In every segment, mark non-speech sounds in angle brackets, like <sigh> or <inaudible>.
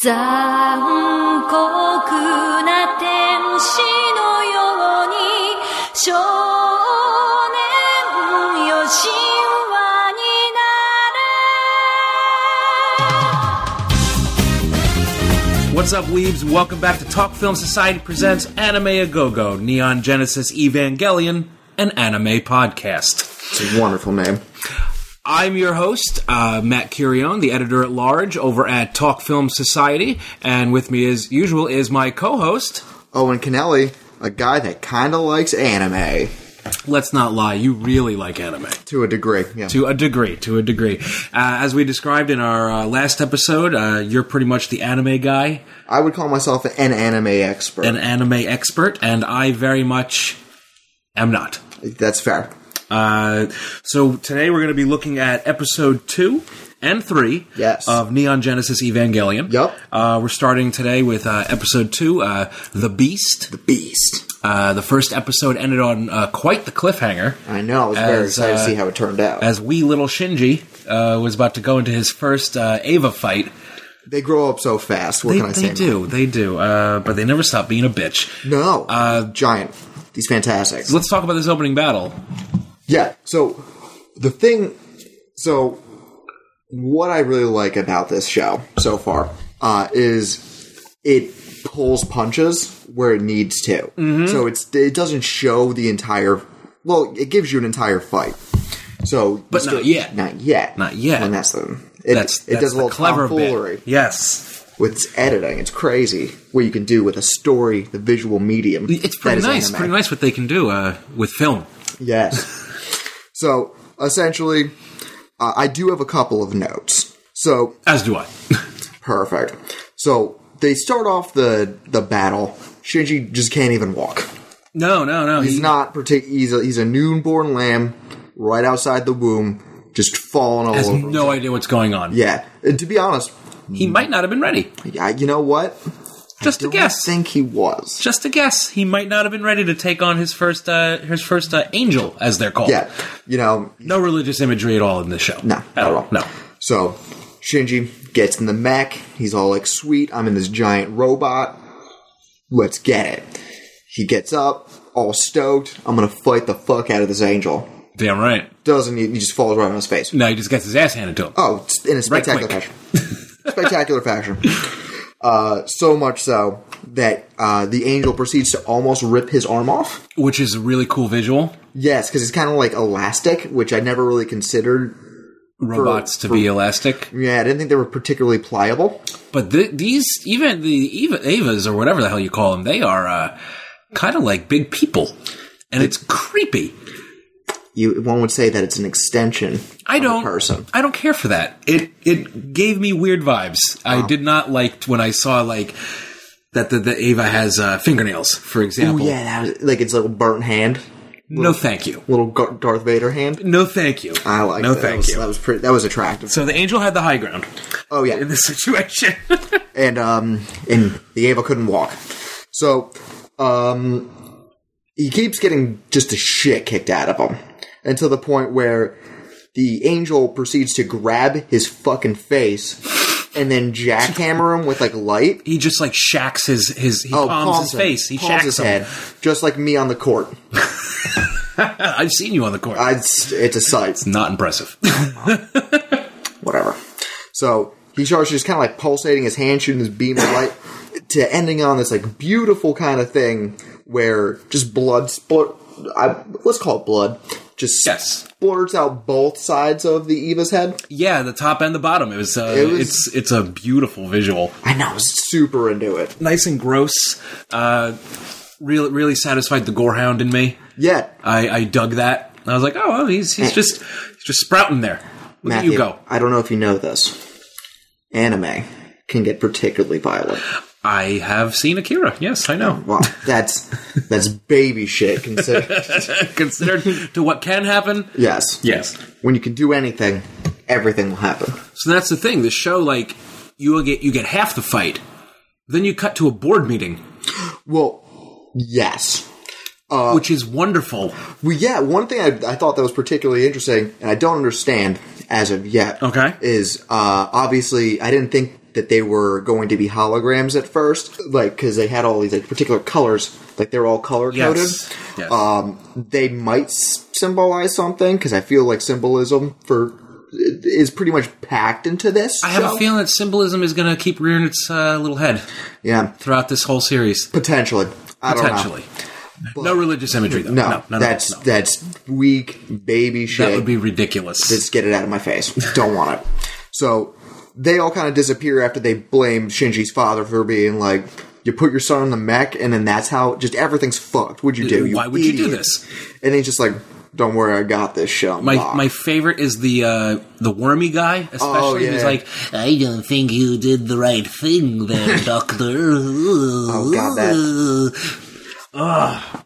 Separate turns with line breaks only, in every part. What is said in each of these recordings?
残酷な天使のように少年よ神話になれ
What's up, weebs? Welcome back to Talk Film Society presents Anime A Go Go, Neon Genesis Evangelion, an anime podcast.
It's a wonderful name.
I'm your host, uh, Matt Curion, the editor at large over at Talk Film Society, and with me, as usual, is my co-host.
Owen Kennelly, a guy that kind of likes anime
Let's not lie, you really like anime.
to a degree. Yeah.
To a degree, to a degree. Uh, as we described in our uh, last episode, uh, you're pretty much the anime guy,
I would call myself an anime expert.
an anime expert, and I very much am not.
That's fair.
Uh, so today we're going to be looking at episode two and three
Yes.
of Neon Genesis Evangelion.
Yup.
Uh, we're starting today with uh, episode two, uh, The Beast.
Beast.
Uh, the first episode ended on uh, quite the cliffhanger.
I know. I was very
As,
excited
uh,
to see how it turned out.
As wee little Shinji uh, was about to go into his first uh, Ava fight,
they grow up so fast. What
they,
can I
they
say?
do, they do, uh, but they never stop being a bitch.
No.
Uh,
Giant. He's fantastic.
Let's talk about this opening battle.
Yeah. So the thing, so what I really like about this show so far uh, is it pulls punches where it needs to.
Mm-hmm.
So it's it doesn't show the entire. Well, it gives you an entire fight. So, you
But not
still-
yet.
not yet,
Not yet.
And that's the it,
That's,
it
that's
does a
the
little
clever
tomfoolery
bit. Yes,
with its editing. It's crazy what you can do with a story, the visual medium.
It's pretty
that is
nice.
anime.
Pretty nice what they can do uh, with film.
Yes. so essentially, uh, I do have a couple of notes. So
As do I.
perfect. So they start off the the battle. Shinji just can't even walk.
no, no, no.
He's
he-
not partic- He's a, he's a newborn lamb right outside the womb, just falling all
Has
over.
no idea what's going on.
Yeah. And to be honest,
He might not have been ready.
I, you know what?
Just a
Don't
guess.
think he was.
Just a guess. He might not have been ready to take on his first uh, his first uh, angel, as they're called.
Yeah. You know.
No religious imagery at all in this show.
No, not at all.
No.
So Shinji gets in the mech. He's all like, sweet, I'm in this giant robot. Let's get it. He gets up, all stoked. I'm going to fight the fuck out of this angel.
Damn right.
Doesn't he? He just falls right on his face.
No, he just gets his ass handed to him.
Oh, it's in a spectacular
Right
fashion. spectacular fashion. Uh, so much so that uh, the angel proceeds to almost rip his arm off.
Which is a really cool visual.
Yes, because it's kind of like elastic, which I never really considered.
Robots to be elastic.
Yeah, I didn't think they were particularly pliable.
But th- these, even the Eva, Avas or whatever the hell you call them, they are uh, kind of like big people. And it's creepy.
you one would say that it's an extension
I
of a
don't.
person.
I don't care for that. It it gave me weird vibes. I did not like when I saw like that the, the Ava has uh, fingernails, for
Oh
example.
yeah, that was, like it's a little burnt hand,
No, thank you.
little Gar- Darth Vader hand.
No, thank you.
I like
No,
that. that
thank
was,
you.
That was pretty. That was attractive.
so the angel had the high ground
oh
in
yeah,
this <laughs> situation.
and um, and the Ava couldn't walk, so um, he keeps getting just the shit kicked out of him until the point where the angel proceeds to grab his fucking face and then jackhammer him with like light.
he just like shacks his his. He palms, his
him.
face. He
Oh, palms
shacks
his
him.
head, just like me on the court.
Uh, I've seen you on the court.
I, it's, it's a sight.
not impressive. <laughs>
whatever. So he starts just kind of like pulsating his hand, shooting this beam of light, to ending on this like beautiful kind of thing where just blood splurt. I, let's call it blood. Just
Yes.
splurts out both sides of the Eva's head.
yeah, the top and the bottom. It was. Uh,
It was-
it's it's a beautiful visual.
I know, I was super into it.
Nice and gross. Uh, really really satisfied the gorehound in me.
Yeah,
I, I dug that. I was like, oh, well, he's he's just he's just sprouting there. Look at
Mm. Matthew,
you go.
I don't know if you know this. Anime can get particularly violent.
I have seen Akira. Yes, I
<laughs>
know. <laughs>
Wow, that's that's baby shit. Consider
Considered to what can happen.
yes,
Yes.
When you can do anything, everything will happen.
So that's the thing. The show, like, you will get you get half the fight, then you cut to a board meeting,
Well, yes. Uh,
which is wonderful.
Well, yeah, one thing I, I thought that was particularly interesting, and I don't understand as of yet,
Okay.
is uh, obviously I didn't think that they were going to be holograms at first, like because they had all these like particular colors, like they're all color coded.
Yes. Yes.
Um, they might s- symbolize something because I feel like symbolism for is pretty much packed into this.
I have
show.
a feeling that symbolism is going to keep rearing its uh, little head
Yeah,
throughout this whole series,
potentially. I don't know.
potentially. No religious imagery, though. No,
No,
no, no,
that's
no.
that's weak baby shit.
that would be ridiculous.
just get it out of my face. Don't want it. So they all kind of disappear after they blame Shinji's father for being like, you put your son on the mech, and then that's how just everything's fucked. What'd you do?
Why would you do
idiot?"
this?
And he's just like, don't worry, I got this show.
My my favorite is the uh, the wormy guy, especially.
Oh, yeah.
He's like,
I don't think you did the right thing
<laughs>
there, Doctor. oh,
God, Early's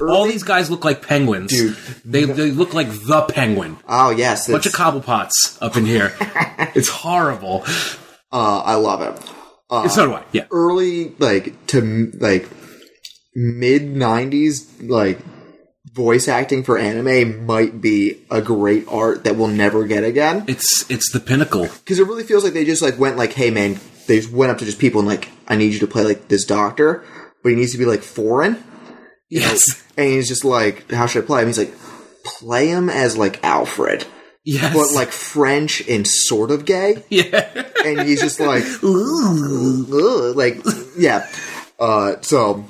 early,
all these guys look like penguins.
Dude.
they they look like the penguin.
oh yes,
Bunch of
it's-
cobblepots up in
<laughs>
here. it's horrible.
uh, I love it.
It's so do I. Yeah.
early like to m- like mid 90s like voice acting for anime might be a great art that we'll never get again
It's it's the pinnacle.
because it really feels like they just like went like hey man they just went up to just people and like i need you to play like this doctor but he needs to be like foreign
Yes.
and he's just like how should i play him he's like play him as like alfred
Yes.
but like french and sort of gay
yeah.
and he's
<laughs>
just like, "Ugh," like, yeah. Uh, so,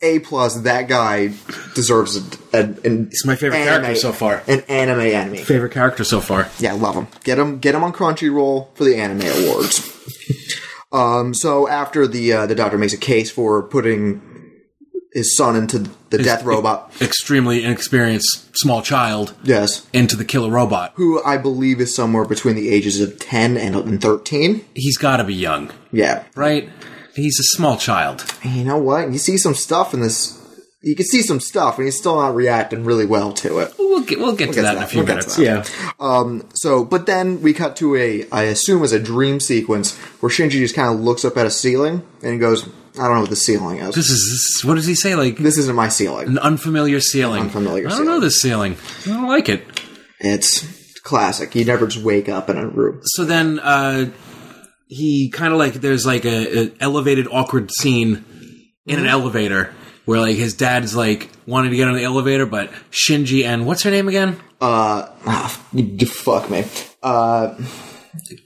A plus, that guy deserves an. an He's
my favorite character so far.
An anime enemy.
Favorite character so far.
Yeah, love him. Get him, get him on Crunchyroll for the anime awards. um, so after the uh, the doctor makes a case for putting his son into the death robot,
Extremely inexperienced small child
yes,
into the killer robot.
who I believe is somewhere between the ages of ten and, and thirteen.
He's got to be young,
Yeah,
right? He's a small child.
you know what? You see some stuff in this. You can see some stuff, and he's still not reacting really well to it.
We'll get we'll get to
get
that
to
in a
that.
few
We'll get
minutes.
to
Yeah.
So, but then we cut to a, I assume, is a dream sequence where Shinji just kind of looks up at a ceiling and goes, "I don't know what the ceiling is.
This is this, what does he say? Like
This isn't my ceiling.
an unfamiliar ceiling.
Unfamiliar
I don't
ceiling.
know this ceiling. I don't like it.
It's classic. You never just wake up in a room.
So then uh, he kind of like there's like a, a elevated awkward scene
Mm-hmm.
in an elevator where like his dad's like wanting to get on the elevator, but Shinji and what's her name again?
Uh, ah, you you fuck me. Uh,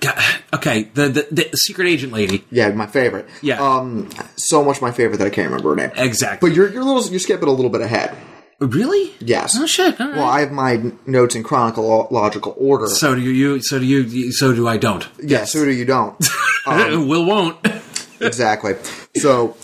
God, okay, the, the the secret agent lady.
yeah, my favorite.
Yeah.
Um, so much my favorite that I can't remember her name.
Exactly.
But you're you're a little you're skipping a little bit ahead.
really?
Yes.
Oh shit. all right.
Well, I have my notes in chronological order.
so do you? So do you? So do I? Don't.
yeah, so do
<laughs>
you don't. Um,
Will won't.
exactly. So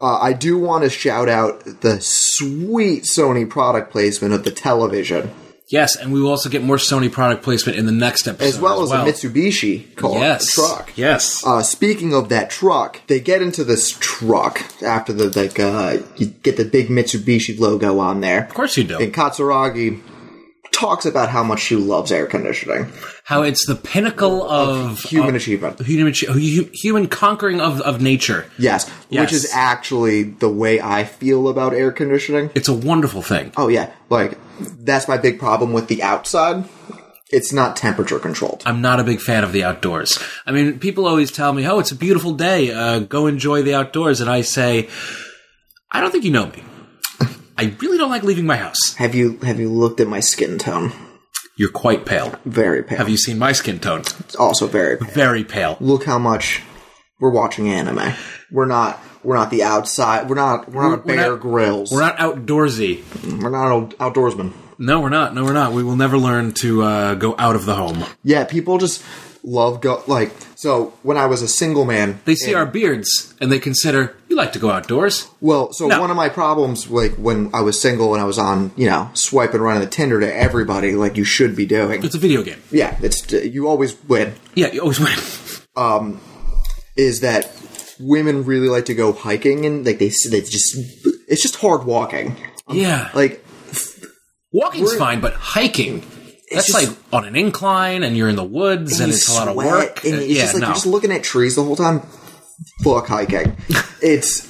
uh, I do want to shout out the sweet Sony product placement of the television,
yes, and we will also get more Sony product placement in the next episode,
as well as the Mitsubishi car
yes
truck.
Yes.
Uh, speaking of that truck, they get into this truck after the like uh, you get the big Mitsubishi logo on there,
of course you do.
and Katsuragi talks about how much she loves air conditioning,
How it's the pinnacle of
human
of-
achievement.
human ch- hu- human conquering of, of nature.
Yes, which
Yes.
is actually the way I feel about air conditioning.
It's a wonderful thing.
Oh yeah, like that's my big problem with the outside. It's not temperature controlled.
I'm not a big fan of the outdoors. I mean, people always tell me, "Oh, it's a beautiful day. Uh, go enjoy the outdoors," and I say, "I don't think you know me. <laughs> I really don't like leaving my house.
Have you have you looked at my skin tone?
You're quite pale.
Very pale.
Have you seen my skin tone?
It's also very pale.
Very pale.
Look how much we're watching anime. We're not we're not the outside. We're not we're not a
We're
Bear
not-
Grylls. Mm,
We're not outdoorsy.
We're not out- outdoorsmen.
No, we're not. No, we're not. We will never learn to uh, go out of the home.
Yeah, people just love go like so. When I was a single man,
They see our beards and they consider you like to go outdoors.
Well, so
No.
one of my problems, like when I was single and I was on, you know, swipe and run the Tinder to everybody, like you should be doing.
<laughs> It's a video game.
yeah, it's uh, you always win.
Yeah, you always
<laughs>
win.
Is that women really like to go hiking and like they they just it's just hard walking.
Yeah,
Like
walking's fine, but hiking. That's
just-
like on an incline, and you're in the woods, and
you
it's a lot of
sweat,
work.
and
Uh,
it's
yeah,
just like
no.
you're just looking at trees the whole time. Fuck
<laughs>
hiking. it's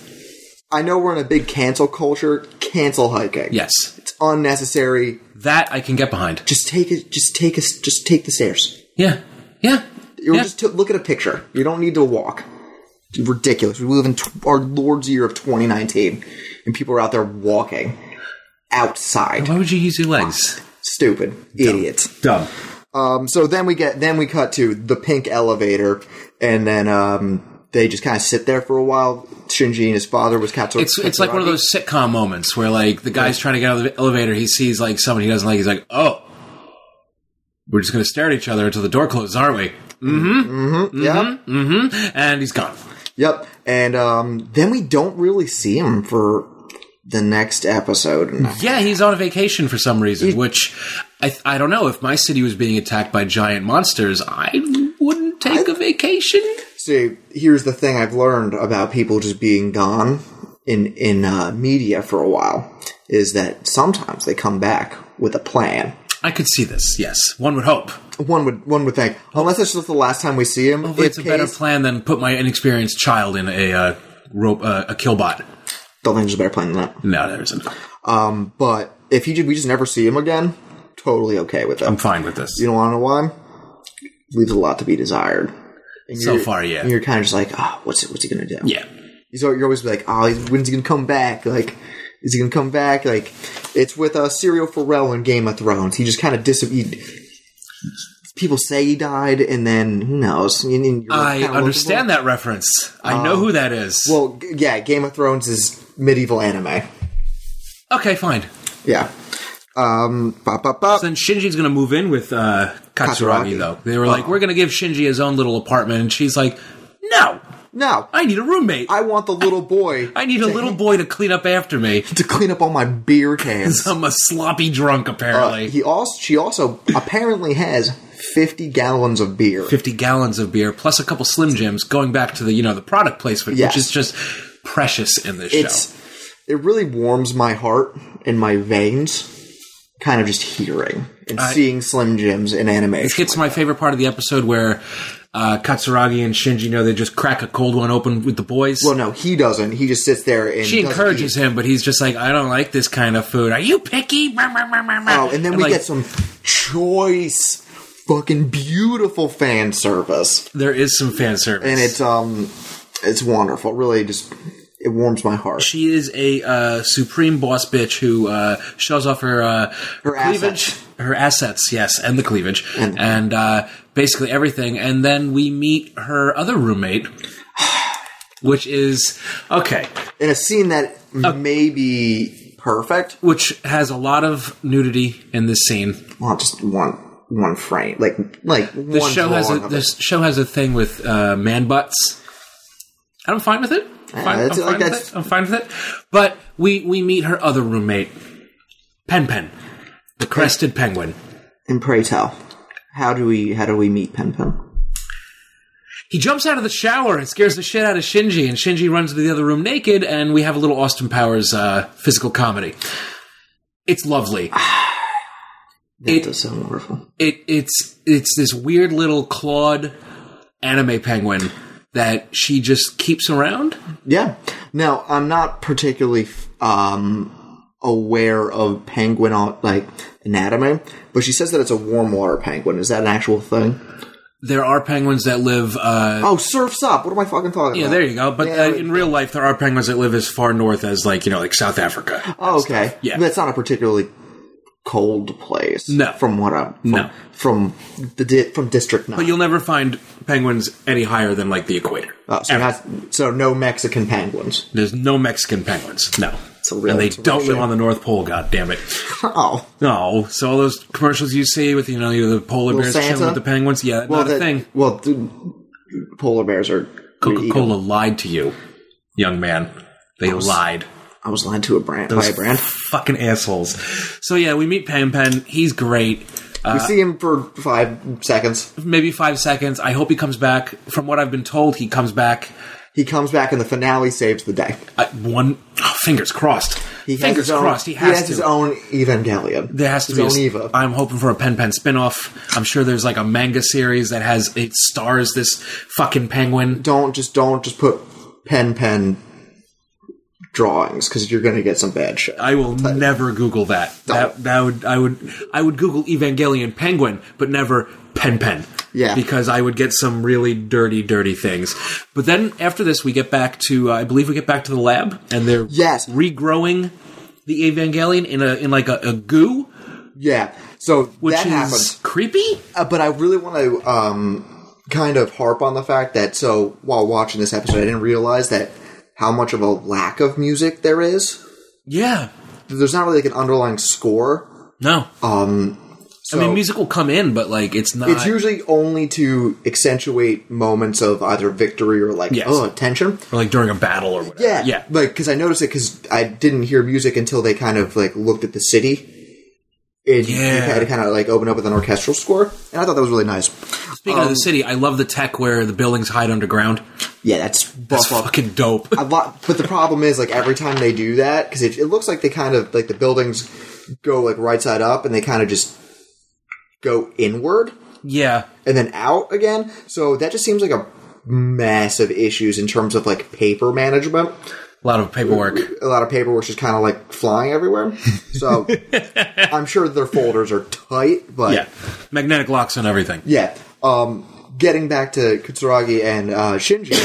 I know we're in a big cancel culture. Cancel hiking.
yes,
it's unnecessary.
that I can get behind.
Just take it. Just take us. Just take the stairs.
Yeah, yeah.
Or
Yeah.
just to look at a picture. You don't need to walk. It's ridiculous. We live in t- our Lord's year of 2019, and people are out there walking outside.
Why would you use your legs?
Stupid idiots.
Dumb.
Um, so then we get then we cut to the pink elevator, and then um, they just kind of sit there for a while. Shinji and his father was Katsu.
It's it's like one of
Katsuragi.
those sitcom moments where like the guy's trying to get out of the elevator, he sees like someone he doesn't like, he's like, Oh. We're just gonna stare at each other until the door closes, aren't we?
Yep,
mm-hmm. And he's gone.
yep. And um, then we don't really see him for the next episode.
Yeah, he's on a vacation for some reason, which I I don't know. If my city was being attacked by giant monsters, I wouldn't take a vacation.
See, here's the thing I've learned about people just being gone in in uh, media for a while is that sometimes they come back with a plan.
I could see this, yes. One would hope.
One would one would think, unless it's just the last time we see him.
It's a
if
better
case-
plan than put my inexperienced child in a uh, rope uh, a killbot.
Don't think there's a better plan than that.
No, there isn't.
But if he just, we just never see him again, totally okay with
I'm
that.
fine with this.
You don't want to know why? Leaves a lot to be desired. And
So
you're-
far, yeah.
And you're kind of just like, oh, what's what's he gonna do?
yeah.
So you're always like, oh, he's- when's he gonna come back? Like, is he gonna come back? Like, it's with uh, Serial Pharrell in Game of Thrones. He just kind of dis. He, people say he died, and then who knows? And- and you're
I
kinda
understand that reference. I know who that is.
looking for- Um, Well, g- yeah, Game of Thrones is medieval anime.
okay, fine.
Yeah. Um. Pop, pop, pop.
Then Shinji's going to move in with uh, Katsuragi,
Katsuragi. Oh.
though. They were like, we're going to give Shinji his own little apartment. And she's like, no,
No,
I need a roommate.
I want the little boy.
<laughs> I
<laughs>
need a little boy to clean up after me.
to clean up all my beer cans.
I'm a sloppy drunk,
<laughs> Uh,
apparently.
he also she also apparently has fifty gallons of beer.
50 gallons of beer plus a couple Slim Jims going back to the, you know, the product placement,
Yes.
which is just precious in this show.
It's it really warms my heart and my veins, kind of just hearing and seeing Slim Jims in
It
animation.
gets my favorite part of the episode where uh, Katsuragi and Shinji you know they just crack a cold one open with the boys.
well, no, he doesn't. He just sits there and
she
doesn't
encourages
eat.
him, but he's just like, I don't like this kind of food. Are you picky? Oh,
Oh, and then we get some choice, fucking beautiful fan service,
There is some fan service,
and it's um, it's wonderful. Really, just it warms my heart.
she is a uh, supreme boss bitch who uh, shows off her uh,
Her
cleavage,
assets.
her assets, yes, and the cleavage,
And-
and, uh, basically everything. And then we meet her other
<sighs>
roommate, which is okay,
in a scene that
Oh.
may be perfect.
which has a lot of nudity in this scene.
Well, just one one frame, like like
The
one
show has
drawing
a
of
this show has a thing with uh, man butts. And I'm fine with it. I'm fine, I'm
that's- like,
fine with
that's-
it. I'm fine with it. But we we meet her other roommate, Pen Pen, the crested penguin.
it. And pray tell, how do we how do we meet Pen Pen?
He jumps out of the shower and scares the shit out of Shinji, and Shinji runs to the other room naked, and we have a little Austin Powers uh, physical comedy. It's lovely.
That
It-
does sound wonderful.
It it's it's this weird little clawed anime penguin that she just keeps around.
Yeah. Now I'm not particularly um aware of penguin on- like anatomy, but she says that it's a warm water penguin. Is that an actual thing?
Uh, There are penguins that live uh,
Oh, surfs up. What am I fucking talking
Yeah,
about?
there you go. But
Yeah,
uh,
but-
in real life, there are penguins that live as far north as like you know, like South Africa.
Oh, okay.
Yeah.
That's not a particularly cold place.
No.
From what I'm from,
No.
from the di- from District Nine.
But you'll never find penguins any higher than like the equator.
Oh, so, not, so no Mexican penguins. <laughs>
There's no Mexican penguins. No,
It's a real-
and they
it's a real
don't live
shame.
on the North Pole. God damn it!
Oh,
No, so all those commercials you see with you know the polar
Little
bears
Santa?
chilling with the penguins. Yeah,
well,
not a
that-
thing.
Well, th- polar bears are.
Coca Cola lied to you, young man. They lied.
I was lied to a brand by a brand.
Fucking assholes. So yeah, we meet Pen Pen. He's great. uh,
we see him for five seconds.
Maybe five seconds. I hope he comes back. From what I've been told, he comes back.
He comes back in the finale, saves the day.
I, one oh, fingers crossed.
He has
fingers
his own,
crossed. He has, to.
his own Evangelion.
there has to
his
be.
own
a-
Eva.
I'm hoping for a Pen Pen spinoff. I'm sure there's like a manga series that has it stars this fucking penguin.
don't just don't just put pen pen drawings because you're going to get some bad shit.
I will never Google that. That that would I would I would Google Evangelion Penguin, but never Pen Pen.
Yeah.
because I would get some really dirty, dirty things. But then after this, we get back to uh, I believe we get back to the lab, and they're
Yes.
regrowing the Evangelion in a in like a, a goo,
yeah. So
which
that
is
happens.
creepy.
Uh, but I really want to um, kind of harp on the fact that so while watching this episode, I didn't realize that how much of a lack of music there is.
Yeah,
There's not really like an underlying score. Um,
no.
So
I mean, music will come in, but like it's not.
It's usually only to accentuate moments of either victory or like
Yes.
oh tension.
or like during a battle or whatever.
Yeah,
yeah.
Like because I noticed it because I didn't hear music until they kind of like looked at the city. And
Yeah.
you had to kind of like open up with an orchestral score, and I thought that was really nice.
Speaking
Um,
of the city, I love the tech where the buildings hide underground.
Yeah, that's
That's
buff up.
fucking dope.
a lot, but the problem is like every time they do that because it, it looks like they kind of like the buildings go like right side up and they kind of just go inward
yeah.
and then out again so that just seems like a massive issues in terms of like paper management
A lot of paperwork.
a lot of paper which is kind of like flying everywhere so
<laughs>
i'm sure their folders are tight but
Yeah. Magnetic locks on everything.
Yeah. Um, getting back to Kutsuragi and uh, Shinji,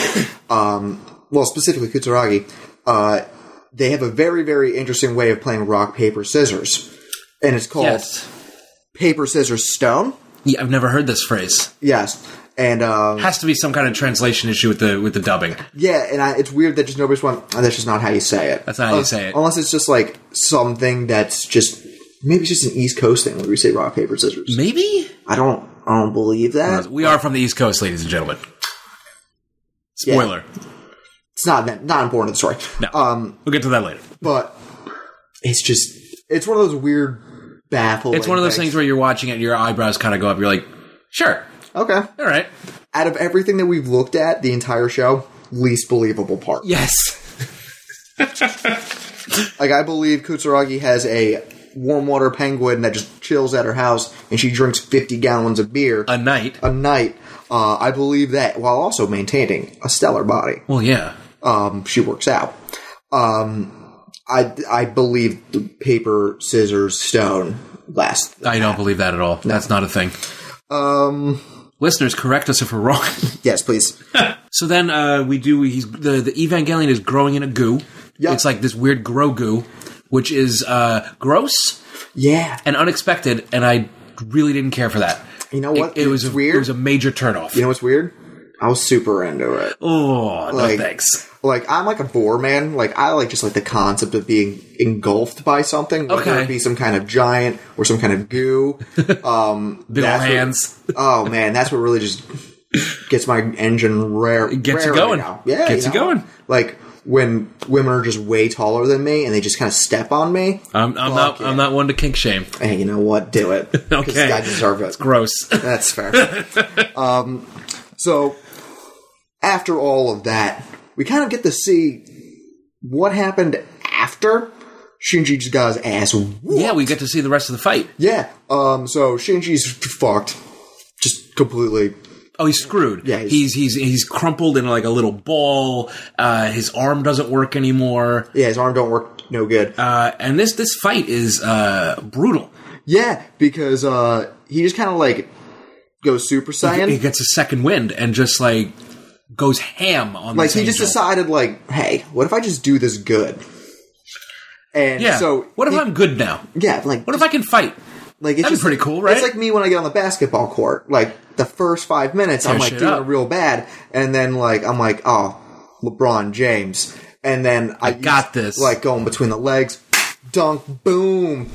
<coughs> um, well, specifically Kutsuragi, uh, they have a very, very interesting way of playing rock, paper, scissors. And it's called
Yes.
paper, scissors, stone.
Yeah, I've never heard this phrase.
Yes. And um,
Has to be some kind of translation issue with the with the dubbing.
yeah, and I, it's weird that just nobody's one. oh, that's just not how you say it.
That's not how you say it.
Unless it's just like something that's just maybe it's just an East Coast thing where we say rock, paper, scissors.
Maybe
I don't, I don't believe that.
we are from the East Coast, ladies and gentlemen. Spoiler.
It's not that not important to the story.
No, we'll get to that later.
but it's just it's one of those weird baffling.
It's one of those things where you're watching it, and your eyebrows kind of go up. You're like, sure,
where okay,
all right,
out of everything that we've looked at, the entire show least believable part.
yes,
Like I believe Kutsuragi has a warm water penguin that just chills at her house and she drinks fifty gallons of beer
a night.
a night. Uh, I believe that while also maintaining a stellar body.
Well, yeah,
um, she works out. Um, I I believe the paper scissors stone last.
I don't believe that at all. That's not a thing.
Um,
Listeners, correct us if we're wrong. <laughs>
yes, please.
so then uh, we do. He's the the Evangelion is growing in a goo.
Yeah.
It's like this weird grow goo, which is uh, gross.
Yeah,
and unexpected, and I really didn't care for that.
You know what?
It, it was
It's
a,
weird.
It was a major turnoff.
You know what's weird? I was super into it.
oh, no
Like-
thanks.
Like I'm like a bore man. Like I like just like the concept of being engulfed by something, whether
Okay.
it be some kind of giant or some kind
<laughs>
of goo. Um,
Big old
that's what-
hands.
oh man, that's what really just gets my engine rare.
gets you
raring
going.
now. Yeah,
Gets you
know?
going.
Like when women are just way taller than me and they just kind of step on me.
I'm, I'm not.
Fuck
I'm
yeah.
not one to kink shame.
Hey, you know what?
<laughs>
Do it. 'Cause
Okay.
I deserve it.
Gross. <laughs>
That's fair. <laughs> um, so after all of that, we kind of get to see what happened after Shinji just got his ass. whooped.
yeah, we get to see the rest of the fight.
yeah. Um, so Shinji's fucked, just completely.
Oh, he's screwed.
Yeah,
he's
he's-
he's he's crumpled into like a little ball. Uh, his arm doesn't work anymore.
Yeah, his arm don't work no good.
Uh, and this this fight is uh, brutal.
yeah, because uh, he just kind of like goes Super Saiyan.
He gets a second wind and just like goes ham on
like
this
he just
angel.
decided, like, hey, what if I just do this good? And
Yeah.
so
what if
he-
I'm good now?
yeah like
What if I can fight?
Like
That'd
it's
be
just
pretty cool, right?
It's like me when I get on the basketball court. Like the first five minutes, I'm
Tear
like
shit
doing
up.
it real bad, and then like I'm like, oh, LeBron James, and then I,
got
used-
this.
Like going between the legs, dunk, boom,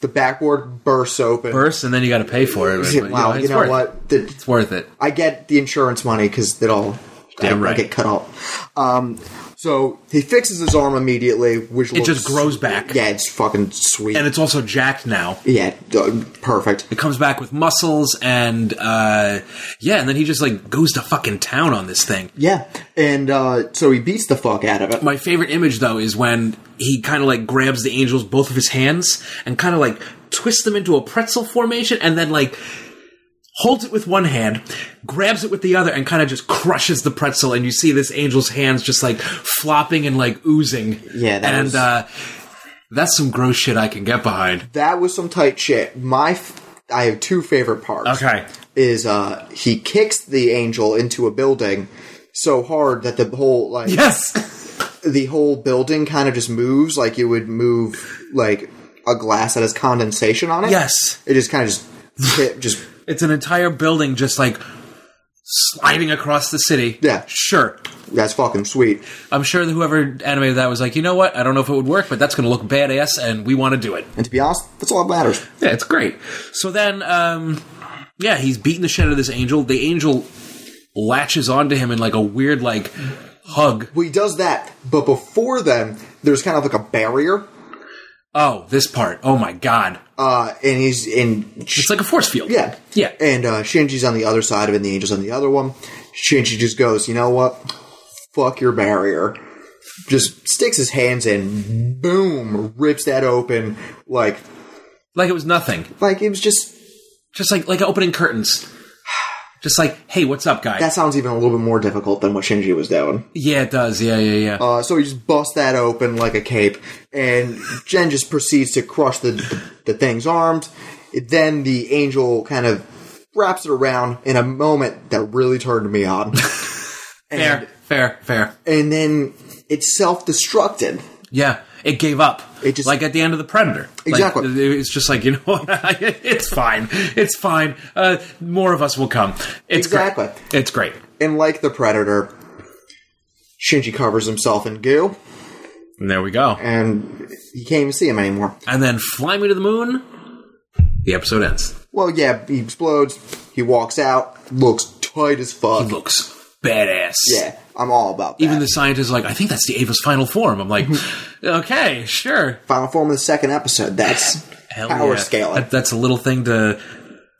the backboard bursts open.
First, and then you got to pay for it. But,
wow,
it's
you know
worth it.
what? The-
It's worth it.
I get the insurance money because it all I,
Damn right.
I get cut off. Um, so he fixes his arm immediately, which
It just grows back.
Yeah, it's fucking sweet.
And it's also jacked now.
yeah, uh, perfect.
It comes back with muscles and uh yeah, and then he just like goes to fucking town on this thing.
Yeah, and uh, so he beats the fuck out of it.
My favorite image though is when he kind of like grabs the angels both of his hands and kind of like twists them into a pretzel formation and then like holds it with one hand, grabs it with the other, and kind of just crushes the pretzel. And you see this angel's hands just like flopping and like oozing.
Yeah, that
and
was-
uh, that's some gross shit I can get behind.
That was some tight shit. My, f- I have two favorite parts.
Okay.
is uh he kicks the angel into a building so hard that the whole like
Yes.
the whole building kind of just moves like you would move like a glass that has condensation on it.
Yes.
It just kind of just it just
It's an entire building just like sliding across the city.
Yeah.
Sure.
that's fucking sweet.
I'm sure that whoever animated that was like, you know what? I don't know if it would work, but that's going to look badass, and we want to do it.
And to be honest, that's all that matters.
Yeah, it's great. So then, um, yeah, he's beating the shit out of this angel. The angel latches onto him in like a weird like hug.
Well, he does that, but before then, there's kind of like a barrier,
Oh, this part. Oh my god.
uh, and he's in.
It's like a force field.
Yeah.
Yeah.
And uh, Shinji's on the other side of it, and the angel's on the other one. Shinji just goes, you know what? Fuck your barrier. Just sticks his hands in, boom, rips that open. Like,
Like it was nothing.
like it was just.
Just like like opening curtains. Just like, hey, what's up, guy?
That sounds even a little bit more difficult than what Shinji was doing.
yeah, it does. Yeah, yeah, yeah.
Uh, so he just busts that open like a cape, and Jen just proceeds to crush the the, the thing's arms. then the angel kind of wraps it around in a moment that really turned me on. <laughs>
fair, fair, fair.
and then it self-destructed.
Yeah, it gave up.
It just-
like at the end of the Predator. Like,
Exactly.
it's just like you know, <laughs> what? it's fine. It's fine. Uh, more of us will come. It's
Exactly.
Great. It's great.
And like the Predator, Shinji covers himself in goo,
And there we go.
and you can't even see him anymore.
And then fly me to the moon. The episode ends.
Well, yeah, he explodes. He walks out, looks tight as fuck.
Looks badass.
yeah, I'm all about that.
Even the scientist is like, I think that's the Ava's final form. I'm like,
Mm-hmm.
okay, sure.
final form of the second episode. That's
<laughs> Hell
power
yeah.
scaling.
That- that's a little thing to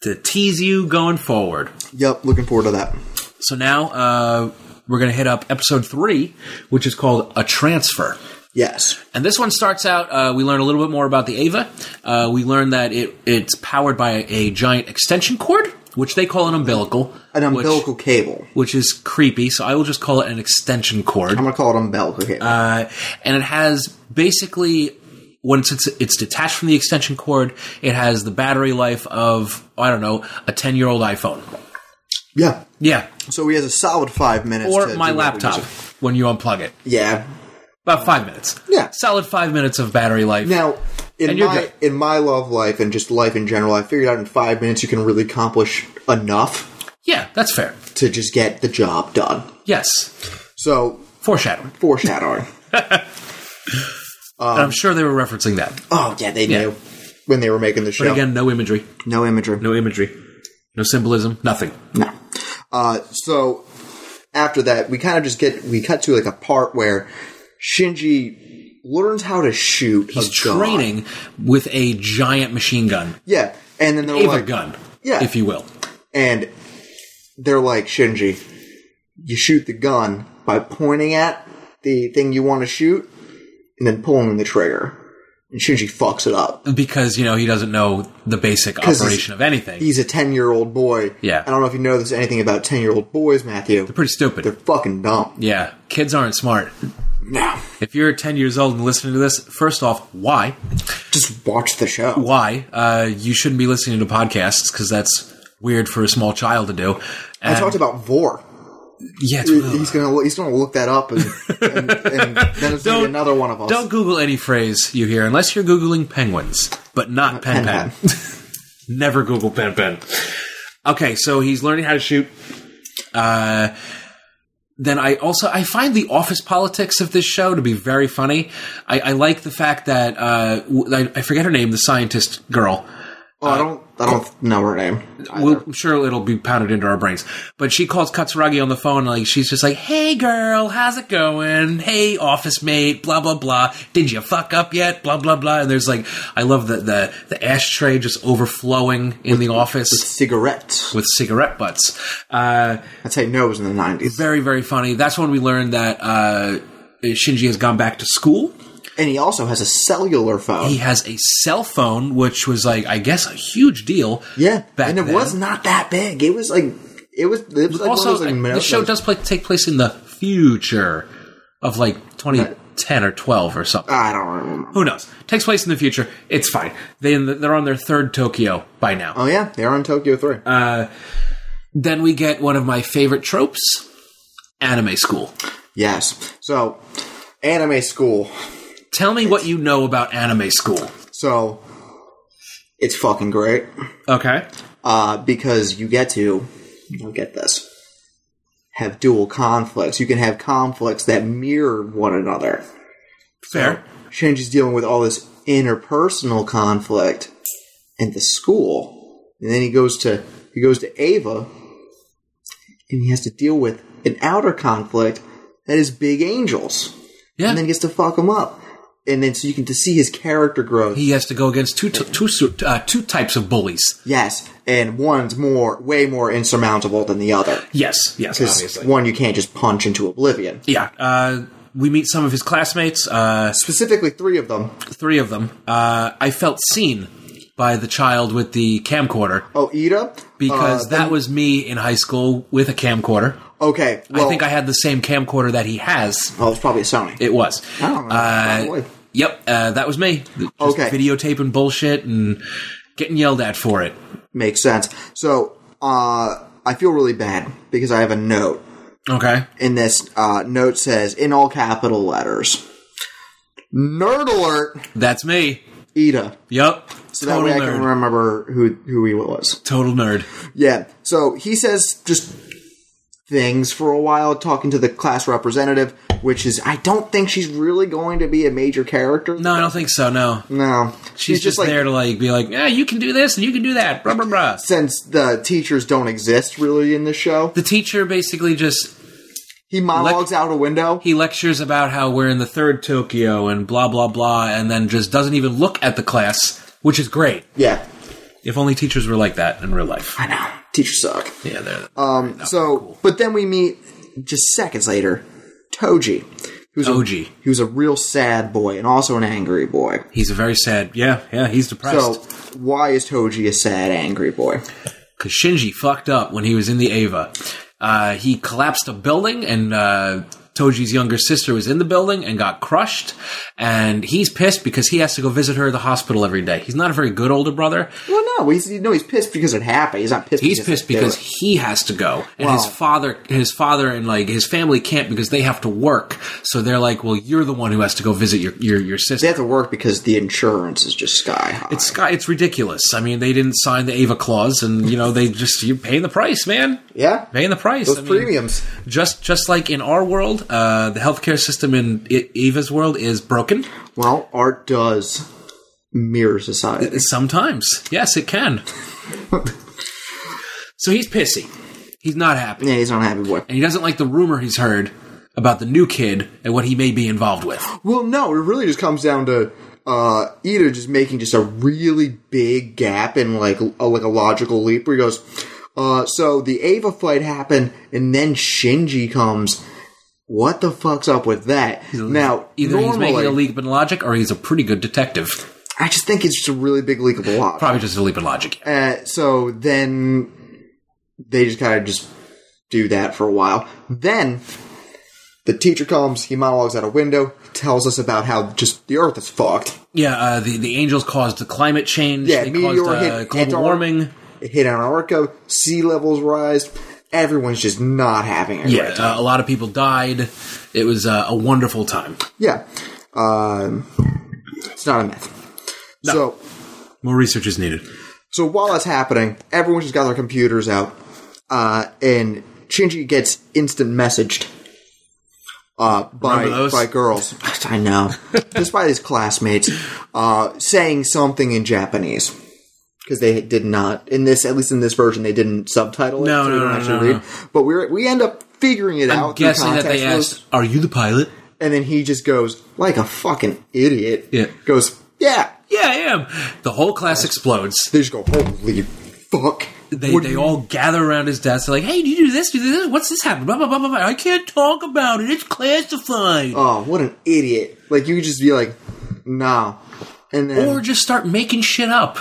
to tease you going forward.
yep, looking forward to that.
So now uh, we're going to hit up episode three, which is called A Transfer.
Yes,
And this one starts out, uh, we learn a little bit more about the Ava. Uh, we learn that it, it's powered by a giant extension cord, which they call an umbilical.
an
which-
umbilical cable.
Which, is creepy, so I will just call it an extension cord.
I'm gonna call it umbilical cable.
Uh, and it has basically, once it's, it's detached from the extension cord, it has the battery life of, I don't know, a 10 year old iPhone.
yeah.
Yeah.
So he has a solid five minutes.
Or
to
my
do what we
laptop
just-
when you unplug it.
Yeah.
About five minutes.
Yeah.
Solid five minutes of battery life.
Now, in
And you're
my
good.
in my love life and just life in general, I figured out in five minutes you can really accomplish enough
yeah, that's fair.
to just get the job done.
Yes.
So
Foreshadowing. <laughs>
foreshadowing. Um,
and I'm sure they were referencing that.
oh yeah, they
Yeah.
knew when they were making the show.
But again, no imagery.
no imagery.
No imagery. No symbolism. Nothing.
No. Uh, so after that, we kind of just get we cut to like a part where Shinji learns how to shoot.
He's
a gun.
training with a giant machine gun.
Yeah, and then they're
Ava
Oh, like,
gun.
Yeah.
If you will.
and they're like Shinji, you shoot the gun by pointing at the thing you want to shoot and then pulling the trigger. And Shinji fucks it up.
Because, you know, he doesn't know the basic
'Cause he's-
operation of anything.
He's a ten year old boy.
Yeah.
I don't know if you know this anything about ten year old boys, Matthew. They're
Pretty stupid.
They're fucking dumb.
yeah. Kids aren't smart.
No.
If you're 10 years old and listening to this, first off, why?
Just watch the show.
Why? Uh, you shouldn't be listening to podcasts because that's weird for a small child to do.
I
And
talked about Vor.
yeah, it's-
He's gonna look, he's gonna look that up and, and, and then it's gonna be
Don't-
another one of us.
Don't Google any phrase you hear unless you're Googling penguins, but not pen Mm-hmm. pen. <laughs> Never Google pen pen. Okay, so he's learning how to shoot. Uh, then I also I find the office politics of this show to be very funny. I, I like the fact that uh, w- I, I forget her name, the scientist girl.
Oh, I don't. I don't know her name.
We'll, I'm sure it'll be pounded into our brains. But she calls Katsuragi on the phone, like she's just like, "Hey, girl, how's it going? Hey, office mate, blah blah blah. Did you fuck up yet? Blah blah blah." And there's like, I love the the, the ashtray just overflowing in the office
Cigarettes.
with cigarette butts. Uh,
That's how you know it was in the nineties.
very very funny. That's when we learned that uh, Shinji has gone back to school.
and he also has a cellular phone.
He has a cell phone, which was like, I guess, a huge deal.
yeah,
back
and it
then.
was not that big. It was like it was. It was, like one of
also,
those, like,
the
American-
show does play, take place in the future of like 2010 or 12 or something.
I don't remember.
Who knows? Takes place in the future. It's fine. They they're on their third Tokyo by now.
Oh yeah, they're on Tokyo Three.
Uh, then we get one of my favorite tropes: anime school.
yes. So, anime school.
Tell me what you know about anime school.
So, it's fucking great
Okay.
uh, because you get to you'll get this have dual conflicts. You can have conflicts that mirror one another.
Fair.
Shinji's dealing with all this interpersonal conflict in the school, and then he goes to he goes to Ava, and he has to deal with an outer conflict that is big angels,
yeah.
and then gets to fuck him up, and then so you can to see his character growth.
he has to go against two t- two su- uh, two types of bullies.
yes, and one's more way more insurmountable than the other.
Yes. Yes.
Because
Obviously.
one you can't just punch into oblivion.
yeah. Uh, we meet some of his classmates. Uh,
Specifically, three of them.
three of them. Uh, I felt seen by the child with the camcorder
Oh, Ida.
because
Uh,
that was me in high school with a camcorder.
okay. Well,
I think I had the same camcorder that he has.
Oh, it's probably Sony.
It was.
Oh,
uh,
probably.
yep, uh, that was me. Just
Okay.
Videotaping bullshit and getting yelled at for it.
Makes sense. So, uh, I feel really bad because I have a note.
Okay.
And this uh, note says, in all capital letters, Nerd Alert,
That's me.
Ida.
Yep.
So that
total
way I
nerd.
can remember who, who he was.
total nerd.
Yeah. So he says just things for a while, talking to the class representative, which is, I don't think she's really going to be a major character.
No, I don't think so. No.
No.
She's, just, there to like be like, yeah, you can do this and you can do that. Blah blah blah.
since the teachers don't exist really in the show,
The teacher basically just
he monologues out a window.
he lectures about how we're in the third Tokyo and blah blah blah, and then just doesn't even look at the class, which is great.
yeah.
If only teachers were like that in real life.
I know. Teachers suck.
Yeah, they're
Um, so, but then we meet just seconds later, Toji, who's
Toji.
a, who's a real sad boy and also an angry boy.
he's a very sad. Yeah, yeah, he's
So,
depressed
why is Toji a sad, angry boy?
because Shinji fucked up when he was in the Ava. Uh, he collapsed a building, and uh, Toji's younger sister was in the building and got crushed. And he's pissed because he has to go visit her at the hospital every day. He's not a very good older brother.
Well, no, he's no, he's pissed because it happened. He's not pissed.
He's
because
pissed because
he,
he has to go, and his
Wow.
father, his father, and like his family can't because they have to work. So they're like, "Well, you're the one who has to go visit your your, your
they
sister."
have to work because the insurance is just sky high.
It's sky- it's ridiculous. I mean, they didn't sign the Ava clause, and you know they just you're paying the price, man.
yeah,
Paying the price.
those
I mean,
premiums.
Just just like in our world, uh, the healthcare system in I- Ava's world is broken.
Well, art does mirror society.
Sometimes, yes, it can. so he's pissy. He's not happy.
Yeah, he's not a happy boy.
and he doesn't like the rumor he's heard about the new kid and what he may be involved with.
Well, no, it really just comes down to uh, Ida just making just a really big gap in like a, like a logical leap where he goes, uh, so the Ava fight happened and then Shinji comes. What the fuck's up with that? Now,
Either he's making
normally,
a leap in logic or he's a pretty good detective.
I just think it's just a really big leak of a lot.
Probably just a leap in logic.
Uh, so then they just kind of just do that for a while. Then the teacher comes, he monologues out a window, tells us about how just the earth is fucked.
Yeah, uh, the, the angels caused the climate change.
Yeah,
they
meteor
caused uh,
hit
global
Antar-
warming.
It hit Antarctica, sea levels rise, everyone's just not having a
Yeah,
great time.
uh, a lot of people died. It was uh, a wonderful time.
Yeah. Um, it's not a myth. So
More research is needed.
so while that's happening, everyone's just got their computers out. Uh, and Shinji gets instant messaged uh, by
Remember those?
by girls. <laughs> I know. just by his classmates uh, saying something in Japanese. Because they did not in this, at least in this version, they didn't subtitle it.
No,
so we
no,
don't
no,
actually
no,
read. But we we end up figuring it
I'm
out. through
guessing that they
context clues.
asked, "Are you the pilot?"
and then he just goes like a fucking idiot.
Yeah.
goes yeah.
Yeah, I am. The whole class explodes.
They just go holy fuck.
They,
What-
they all gather around his desk. They're like, "Hey, do you do this? Do you do this? What's this happen? Blah blah blah blah blah. I can't talk about it. It's classified."
oh what an idiot. Like you could just be like no. And then
Or
or,
just start making shit up.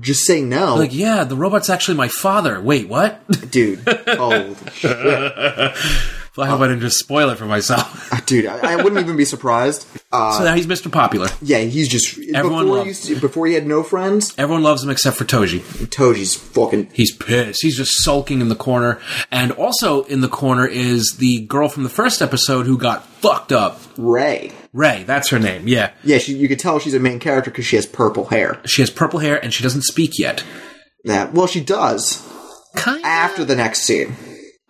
just say no,
Like, yeah, the robot's actually my father. Wait, what? <laughs>
dude. Oh,
Well, I hope I didn't just spoil it for myself. <laughs>
dude, I, I wouldn't even be surprised. Uh,
so now he's Mr. Popular.
yeah, he's just
Everyone
before, he
loves-
used to- before he had no friends.
Everyone loves him except for Toji.
Toji's fucking
He's pissed. He's just sulking in the corner. And also in the corner is the girl from the first episode who got fucked up.
Ray.
Ray, that's her name. Yeah.
Yeah, she, you could tell she's a main character because she has purple hair.
She has purple hair and she doesn't speak yet.
That well, she does
Kind
after the next scene.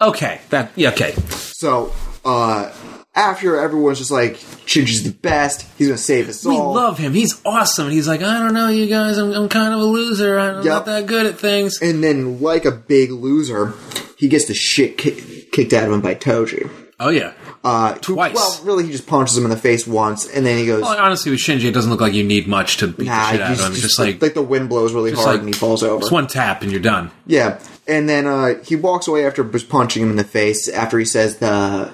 Okay. That yeah, okay.
So, uh, after everyone's just like, Shinji's the best. He's gonna save us
We
all.
love him. He's awesome. And he's like, I don't know, you guys. I'm, I'm kind of a loser. I'm
Yep.
not that good at things.
and then, like a big loser, he gets the shit ki- kicked out of him by Toji.
Oh yeah.
Uh, who-
Twice.
Well, really, he just punches him in the face once, and then he goes,
Well, honestly, with Shinji, it doesn't look like you need much to beat
"Nah."
the shit out
he's
of him. It's just like,
the wind blows really hard,
like-
and he falls over.
it's one tap and you're done.
Yeah, and then uh, he walks away after just punching him in the face. After he says, "The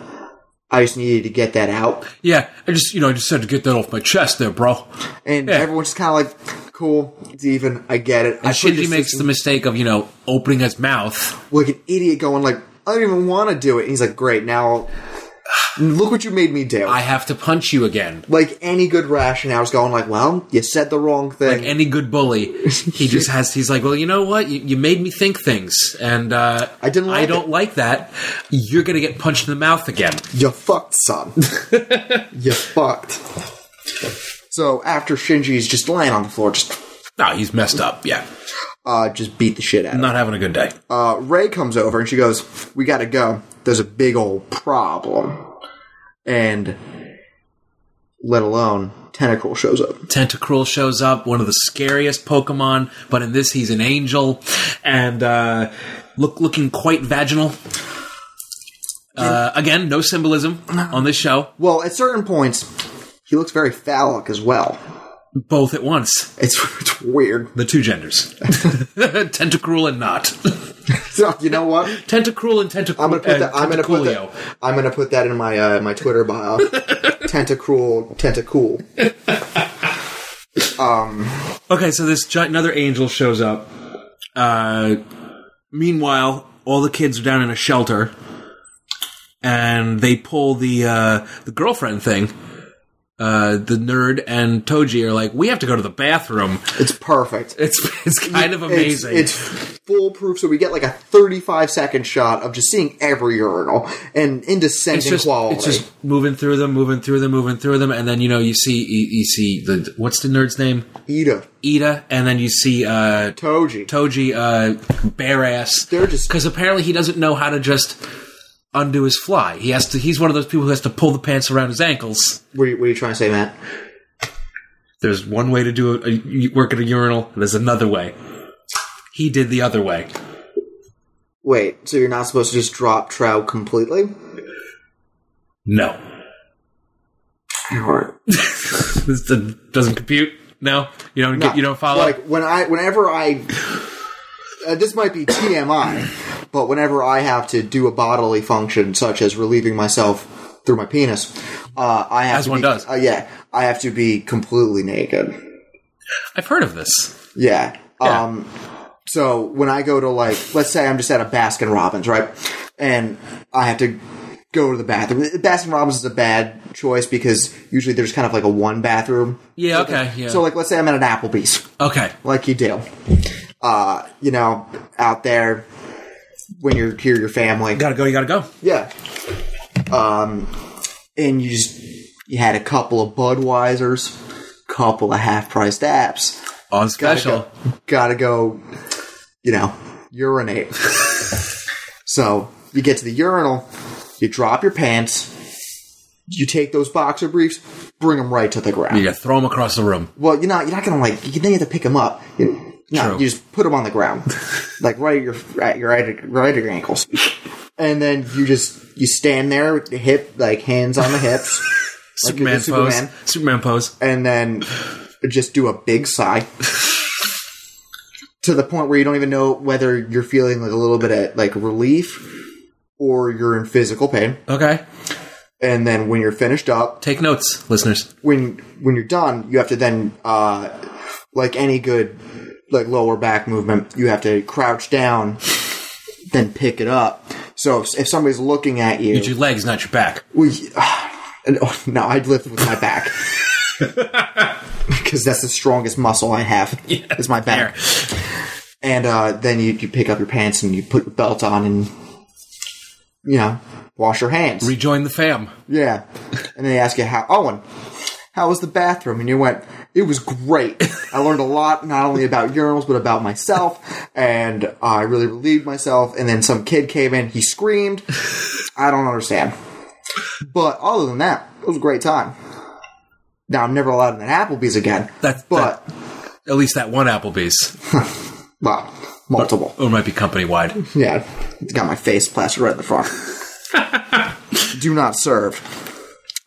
I just needed to get that out,"
Yeah, I just you know I just had to get that off my chest there, bro.
and
Yeah.
everyone's kind of like, "Cool, it's even. I get it." I
And
put this-
Shinji makes the mistake of you know opening his mouth.
like an idiot going like I don't even want to do it. And he's like, great, now look what you made me do.
I have to punch you again.
like any good rationale is going like, well, you said the wrong thing.
Any good bully,
<laughs>
he just has. He's like, well, you know what? You, you made me think things, and uh,
I didn't like
I don't
it."
like that. You're gonna get punched in the mouth again.
you fucked, son. you fucked. So after Shinji's just lying on the floor, just
No, he's messed up. Yeah,
uh, just beat the shit out. of him.
not having a good day.
Uh, Ray comes over and she goes, "We got to go. There's a big old problem." And let alone Tentacle shows up.
Tentacruel shows up, one of the scariest Pokemon, but in this he's an angel and uh, look looking quite vaginal. Uh, again, no symbolism on this show.
Well, at certain points, he looks very phallic as well.
Both at once,
It's, <laughs> it's weird.
the two genders, <laughs> Tentacruel and not <laughs>
So, you know what?
Tentacruel and Tentacruel.
I'm gonna put that. I'm gonna put that. I'm gonna put that in my uh, my Twitter
<laughs>
bio. Tentacruel, tentacool.
Okay, so this giant, another angel shows up. Uh, meanwhile, all the kids are down in a shelter, and they pull the uh, the girlfriend thing. Uh, the nerd and Toji are like, we have to go to the bathroom. <laughs>
It's perfect.
It's it's kind of
It's,
amazing.
it's foolproof. So we get like a 35 second shot of just seeing every urinal and in descending
It's just
quality.
it's just moving through them, moving through them, moving through them, and then you know you see you, you see the what's the nerd's name
Ida,
Ida, and then you see uh,
Toji.
Toji uh, bare ass.
They're just-
because apparently he doesn't know how to just undo his fly. He has to. He's one of those people who has to pull the pants around his ankles.
what, are you, what are you trying to say, Matt?
There's one way to do a, a work at a urinal. And there's another way. He did the other way.
Wait. So you're not supposed to just drop trout completely?
No,
Or
this d- doesn't compute. No, you don't get. You don't follow.
Like when I, whenever I, uh, this might be TMI, but whenever I have to do a bodily function such as relieving myself through my penis, uh, I have
As
to
one
be,
does.
Uh, yeah, I have to be completely naked.
I've heard of this.
Yeah. Um, so when I go to like, let's say I'm just at a Baskin Robbins, right, and I have to go to the bathroom. Baskin Robbins is a bad choice because usually there's kind of like a one bathroom.
Yeah. Okay. Yeah.
So like, let's say I'm at an Applebee's
okay.
like you do. Uh, you know, out there when you're here, your family.
Gotta go. You gotta go.
Yeah. Um, and you just you had a couple of Budweisers, couple of half-priced apps.
On
Gotta
special.
Go, gotta go. You know, urinate. <laughs> so you get to the urinal, you drop your pants. You take those boxer briefs, bring them right to the ground.
You gotta throw him across the room.
Well, you're not you're not gonna like you, then you have to pick them up. You, no,
True.
you just put them on
<laughs>
the ground, like right at your right your right at, right at your ankles, and then you just you stand there with the hip like hands on
<laughs>
the hips, like
Superman
you're the
pose. Superman pose.
and then just do a
<laughs>
big sigh to the point where you don't even know whether you're feeling like a little bit of like relief or you're in physical pain,
Okay.
and then when you're finished up,
Take notes, listeners.
when when you're done, you have to then uh, like any good like lower back movement, you have to crouch down, then pick it up. So if, if somebody's looking at you,
It's your legs, not your back.
we, <sighs> and- oh, no, I'd lift with my back. <laughs> Because that's the strongest muscle I have is my back, and uh, then you, you pick up your pants and you put your belt on and you know wash your hands.
Rejoin the fam.
Yeah. And they ask you how Owen, how was the bathroom? And you went, It was great. I learned a lot, not only about urinals, but about myself. And I really relieved myself. And then some kid came in, he screamed. I don't understand. But other than that, it was a great time. Now I'm never allowed in an Applebee's again.
That's-
but
At least that one Applebee's,
well, multiple.
or it might be company wide.
Yeah. It's got my face plastered right in
<laughs>
the front. Do not serve.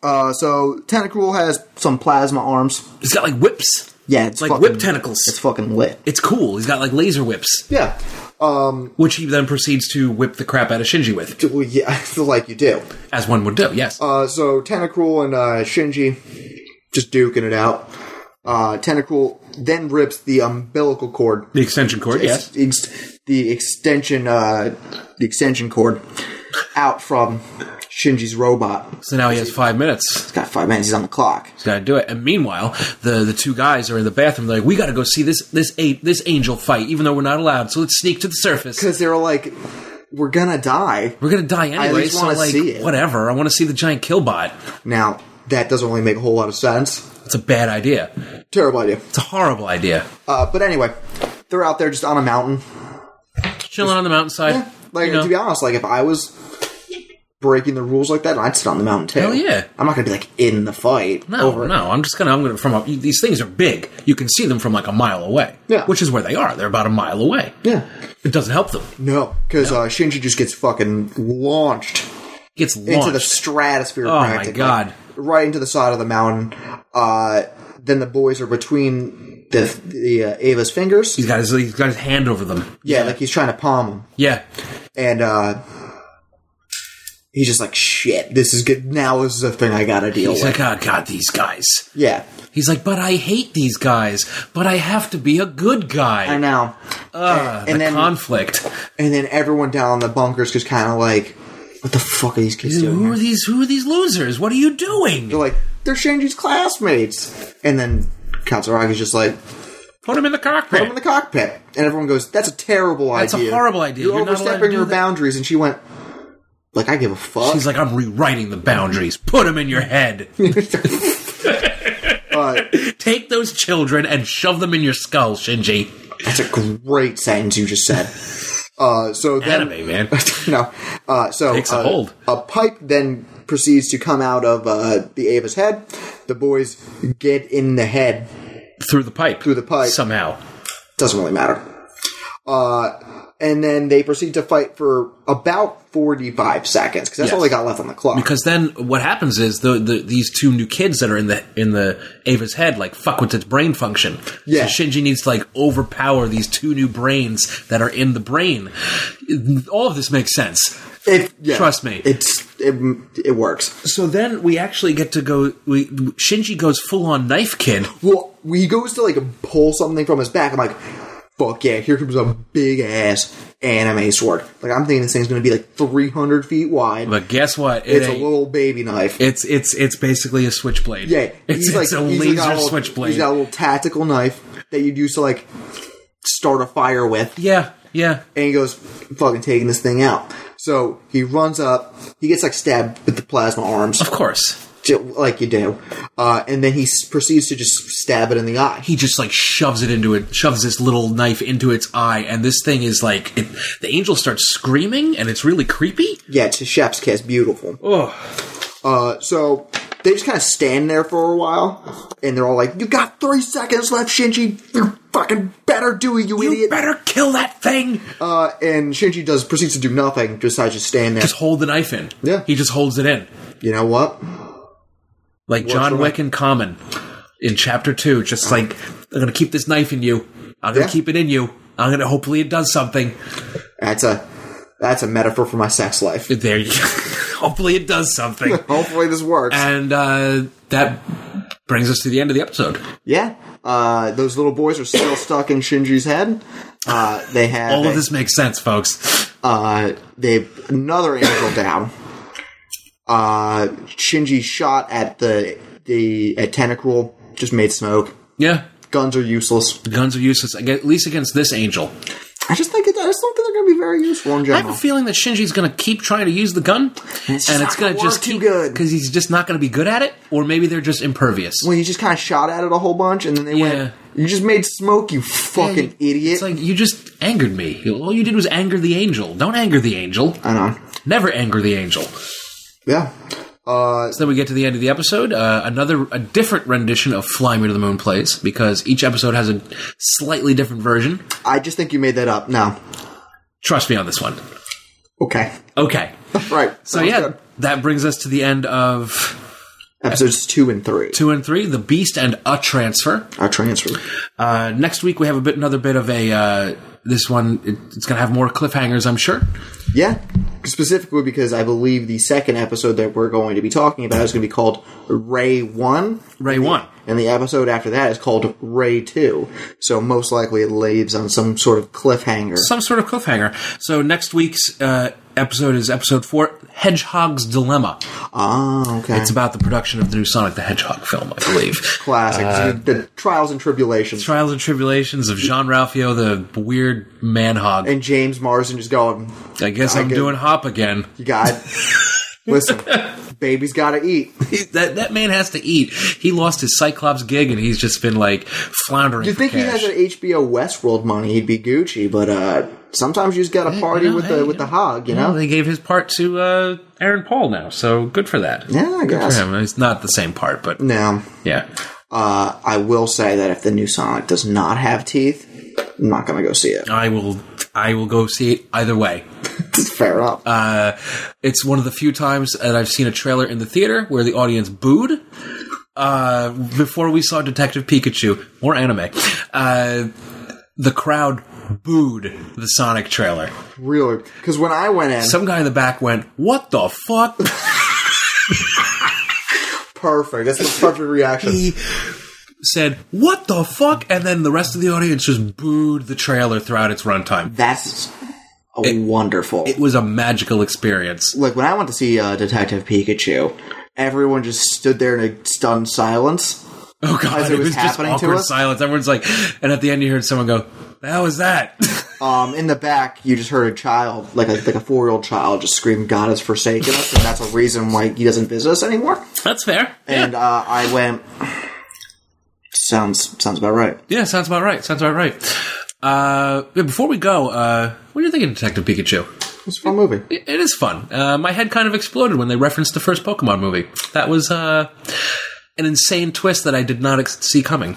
Uh, so Tentacruel has some plasma arms.
He's got like whips.
Yeah, it's
Like
fucking,
whip tentacles.
It's fucking lit.
It's cool. He's got like laser whips,
Yeah. Um. <laughs>
which he then proceeds to whip the crap out of Shinji with,
Well, yeah, I feel like you do.
as one would do. Yes.
Uh, so Tentacruel and uh, Shinji just duking it out. Uh, Tentacruel then rips the umbilical cord.
the extension cord. Yes.
Ex- the extension, uh, the extension cord out from Shinji's robot. He's
So now he has five minutes.
got five minutes. He's on the clock.
He's got to do it. And meanwhile, the the two guys are in the bathroom. They're like, "We got to go see this this ape this angel fight, even though we're not allowed. So let's sneak to the surface.
Because they're like, we're gonna die.
We're gonna die
at
anyway.
least
So
wanna
like,
see it."
whatever. I want to see the giant killbot.
Now that doesn't really make a whole lot of sense.
It's a bad idea.
Terrible idea.
It's a horrible idea.
Uh, but anyway, they're out there just on a mountain.
Chilling on the mountainside.
Like
you know.
to be honest, like if I was breaking the rules like that, I'd sit on the mountain too.
Hell yeah.
I'm not gonna be like in the fight.
No, no. I'm just gonna. I'm gonna. From a, these things are big. You can see them from like a mile away.
Yeah.
Which is where they are. They're about a mile away.
Yeah.
It doesn't help them.
No, because uh, Shinji just gets fucking launched,
It gets
into the
launched.
stratosphere.
Oh, my
practically.
God.
Right into the side of the mountain. Uh, then the boys are between the the uh, Ava's fingers.
he's got his. He's got his hand over them.
yeah, like he's trying to palm him,
Yeah.
and uh, he's just like, "Shit, this is good. Now this is a thing I gotta deal
He's
with."
like, oh god, these guys.
yeah,
He's like, but I hate these guys. But I have to be a good guy.
I know.
Ah,
and
the
then-
conflict.
And then everyone down in the bunkers just kind of like, what the fuck are these kids doing?
Who
here?"
are these? Who are these losers? What are you doing?
They're like, they're Shinji's classmates. And then Katsuragi's just like,
Put him in the
put them in
cockpit.
the cockpit. And everyone goes, that's a terrible
That's a
idea.
horrible idea.
You're,
You're not allowed to
overstepping
do
your
that."
boundaries. And she went, like, I give a fuck.
He's like, I'm rewriting the boundaries. Put them in your
<laughs>
head. Take those children and shove them in your skull, Shinji.
that's a great sentence you just
<laughs>
said. uh, so then,
Anime, man.
<laughs> no. Uh, so
Takes a
uh,
hold.
a pipe then proceeds to come out of uh, the Ava's head. The boys get in the head.
Through the pipe.
Through the pipe.
Somehow.
doesn't really matter. Uh, and then they proceed to fight for about 45 seconds because that's all they got left on the clock.
Because then what happens is the, the these two new kids that are in the in the Ava's head like fuck with its brain function.
Yeah.
So Shinji needs to like overpower these two new brains that are in the brain. All of this makes sense.
It- yeah,
Trust me.
it's it, it works.
So then we actually get to go. We, Shinji goes full on knife kid.
Well, he goes to like pull something from his back. I'm like, fuck yeah! Here comes a big ass anime sword. Like I'm thinking this thing's going to be like 300 feet wide.
But guess what? It
it's a
ain't.
little baby knife.
It's it's it's basically a switchblade.
yeah,
it's, it's a
he's
laser
got little-
switchblade.
He's got a little tactical knife that you'd use to like start a fire with.
yeah, yeah.
and he goes fucking taking this thing out. So he runs up, he gets like stabbed with the plasma arms,
Of course,
ju- like you do, uh, and then he s- proceeds to just stab it in the eye.
he just like shoves it into it, shoves this little knife into its eye, and this thing is like it, the angel starts screaming, and it's really creepy.
Yeah, it's a chef's kiss, beautiful.
Oh,
Uh, so they just kind of stand there for a while, and they're all like, "You got three seconds left, Shinji. You fucking better do it, you,
you
idiot!"
better kill that thing.
Uh, and Shinji does proceeds to do nothing, decides to stand there.
Just hold the knife in.
Yeah.
he just holds it in
you know what?
like
for
John
him.
Wick and Common in Chapter Two. Just like I'm gonna keep this knife in you. I'm gonna
Yeah.
keep it in you. I'm gonna hopefully it does something.
That's a that's a metaphor for my sex life.
There you. <laughs> Hopefully, it does something.
Hopefully this works.
and uh, that brings us to the end of the episode.
yeah, uh, those little boys are still stuck in Shinji's head. Uh, they have
All
a-
of this makes sense, folks.
Uh, they another angel down. Uh, Shinji shot at the the at tentacle, just made smoke.
Yeah,
Guns are useless.
guns are useless, aga- at least against this angel.
I just think it, I just don't think they're going to be very useful in
I have a
general.
feeling that Shinji's going to keep trying to use the gun, and it's
not
going to
gonna
just
work too good.
because he's just not going to be good at it, or maybe they're just impervious.
Well, you just kind of shot at it a whole bunch, and then they
Yeah.
went. You just made smoke, you
Yeah, you-
fucking idiot.
It's like you just angered me. All you did was anger the angel. Don't anger the angel.
I know.
Never anger the angel.
Yeah. Uh,
So then we get to the end of the episode. Uh, another, a different rendition of "Fly Me to the Moon" plays because each episode has a slightly different version.
I just think you made that up. No.
Trust me on this one.
Okay.
Okay,
Right.
so
Sounds
yeah,
good.
that brings us to the end of
Episodes two and three.
two and three: the Beast and a Transfer.
Our transfer.
Uh, next week we have a bit, another bit of a. Uh, this one it, it's going to have more cliffhangers, I'm sure.
Yeah. Specifically because I believe the second episode that we're going to be talking about is going to be called Ray 1.
Ray one.
And the episode after that is called Ray 2. So most likely it leaves on some sort of cliffhanger.
some sort of cliffhanger. So next week's uh, episode is episode four, Hedgehog's Dilemma.
Ah, okay.
It's about the production of the new Sonic the Hedgehog film, I believe.
Classic.
uh,
the, the trials and tribulations.
Trials and tribulations of Jean Ralphio, the weird man hog.
and James Marsden just going,
I guess
I
I'm
get-
doing hop again. <laughs>
you got Listen, baby's got to eat.
that that man has to eat. He lost his Cyclops gig, and he's just been like floundering.
You
for
think he
cash.
has an HBO Westworld money, he'd be Gucci, but uh, sometimes you just got to party
You know,
with
hey,
the with
you
the
know,
hog, you know?
They gave his part to uh, Aaron Paul now, so good for that.
Yeah, I
good
guess.
for him. It's not the same part, but
Now,
yeah.
uh, I will say that if the new Sonic does not have teeth, I'm not going to go see it.
I will I will go see it either way.
Fair enough.
Uh, it's one of the few times that I've seen a trailer in the theater where the audience booed. Uh, before we saw Detective Pikachu, more anime, uh, the crowd booed the Sonic trailer.
really. Because when I went in,
Some guy in the back went, "What the fuck?"
perfect. That's the perfect reaction.
He said, "What the fuck?" And then the rest of the audience just booed the trailer throughout its runtime.
That's a wonderful.
It was a magical experience.
like when I went to see uh, Detective Pikachu, everyone just stood there in a stunned silence.
Oh god,
As it
it was,
was
just
happening to
awkward
us?
silence. Everyone's like, and at the end you heard someone go, "The hell was that?"
Um, in the back, you just heard a child, like a, like a four year old child, just scream, "God has forsaken us," and that's a reason why he doesn't visit us anymore.
<laughs> That's fair.
And
yeah.
uh, I went, sounds sounds about right.
yeah, sounds about right. Sounds about right. Uh, yeah, before we go, uh, what do you think of Detective Pikachu?
It's a fun movie.
It, it is fun. Uh, my head kind of exploded when they referenced the first Pokemon movie. That was uh, an insane twist that I did not ex- see coming.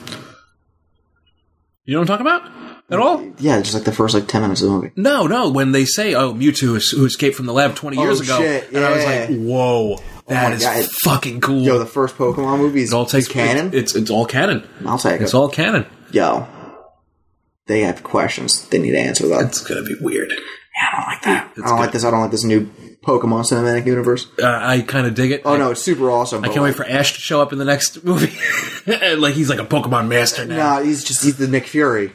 You know what I'm talking about at all?
Yeah, just like the first like ten minutes of the movie.
No, no. When they say, "Oh, Mewtwo is, who escaped from the lab 20 years ago,"
Oh, shit,
and I was
yeah.
like, "Whoa, that
my
is
God.
fucking cool."
Yo, the first Pokemon movie is
It all takes
is canon.
It's, it's it's all canon.
I'll take
It's
it.
all canon.
Yo, they have questions. They need to answer them.
It's gonna be weird.
I don't like that. I don't like this. I don't like this new Pokemon cinematic universe.
Uh, I kind of dig it.
Oh no, it's super awesome.
I can't wait for Ash to show up in the next <laughs> movie. like he's like a Pokemon master now,
Nah, he's just he's the Nick
<coughs>
Fury.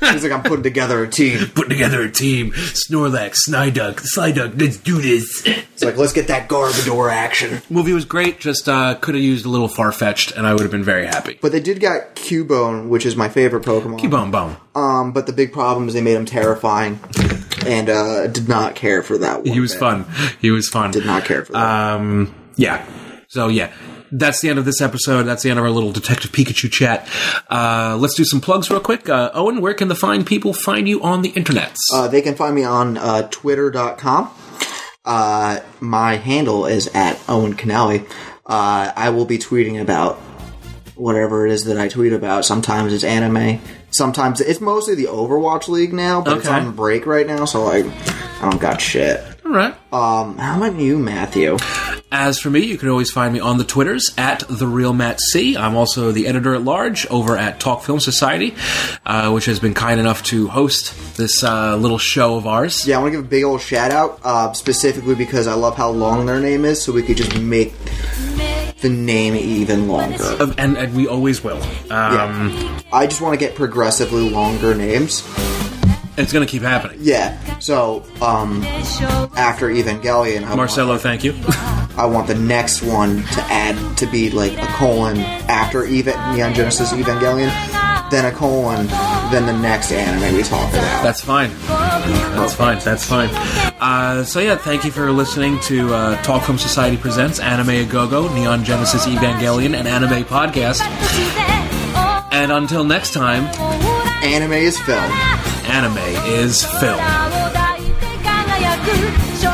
he's like I'm putting together a team.
putting together a team. Snorlax, Sniduck, Sliduck, let's do this.
It's like let's get that Garbodor action.
movie was great. Just uh, could have used a little far fetched, and I would have been very happy.
But they did got Cubone, which is my favorite Pokemon.
Boom, boom.
Um, but the big problem is they made him terrifying, and uh, did not care for that. One
He was
bit.
fun. He was fun.
Did not care for that.
Um, yeah. So yeah, that's the end of this episode. That's the end of our little Detective Pikachu chat. Uh, let's do some plugs real quick. Uh, Owen, where can the fine people find you on the internets?
Uh, they can find me on uh, twitter.com. Uh, my handle is at Owen Canelli. Uh, I will be tweeting about whatever it is that I tweet about. Sometimes it's anime. Sometimes it's mostly the Overwatch League now, but it's
Okay.
on break right now, so like I don't got shit.
All right.
Um, how about you, Matthew?
As for me, you can always find me on the Twitters at the real Matt C. I'm also the editor at large over at Talk Film Society, uh, which has been kind enough to host this uh, little show of ours.
Yeah, I want to give a big old shout out, uh, specifically because I love how long their name is, so we could just make the name even longer.
Of- And, and we always will. Uh,
yeah. I just want to get progressively longer names.
It's going to keep happening.
Yeah. So, um, after Evangelion, I
Marcelo, thank you. <laughs>
Want, I want the next one to add to be like a colon after Eva- Neon Genesis Evangelion, then a colon, then the next anime we talk about.
That's fine. That's fine. That's fine. Uh, so yeah, thank you for listening to uh, Talk Film Society presents Anime A Go Go, Neon Genesis Evangelion, and Anime Podcast. And until next time,
anime is film.
anime is film.
空を抱いて輝く少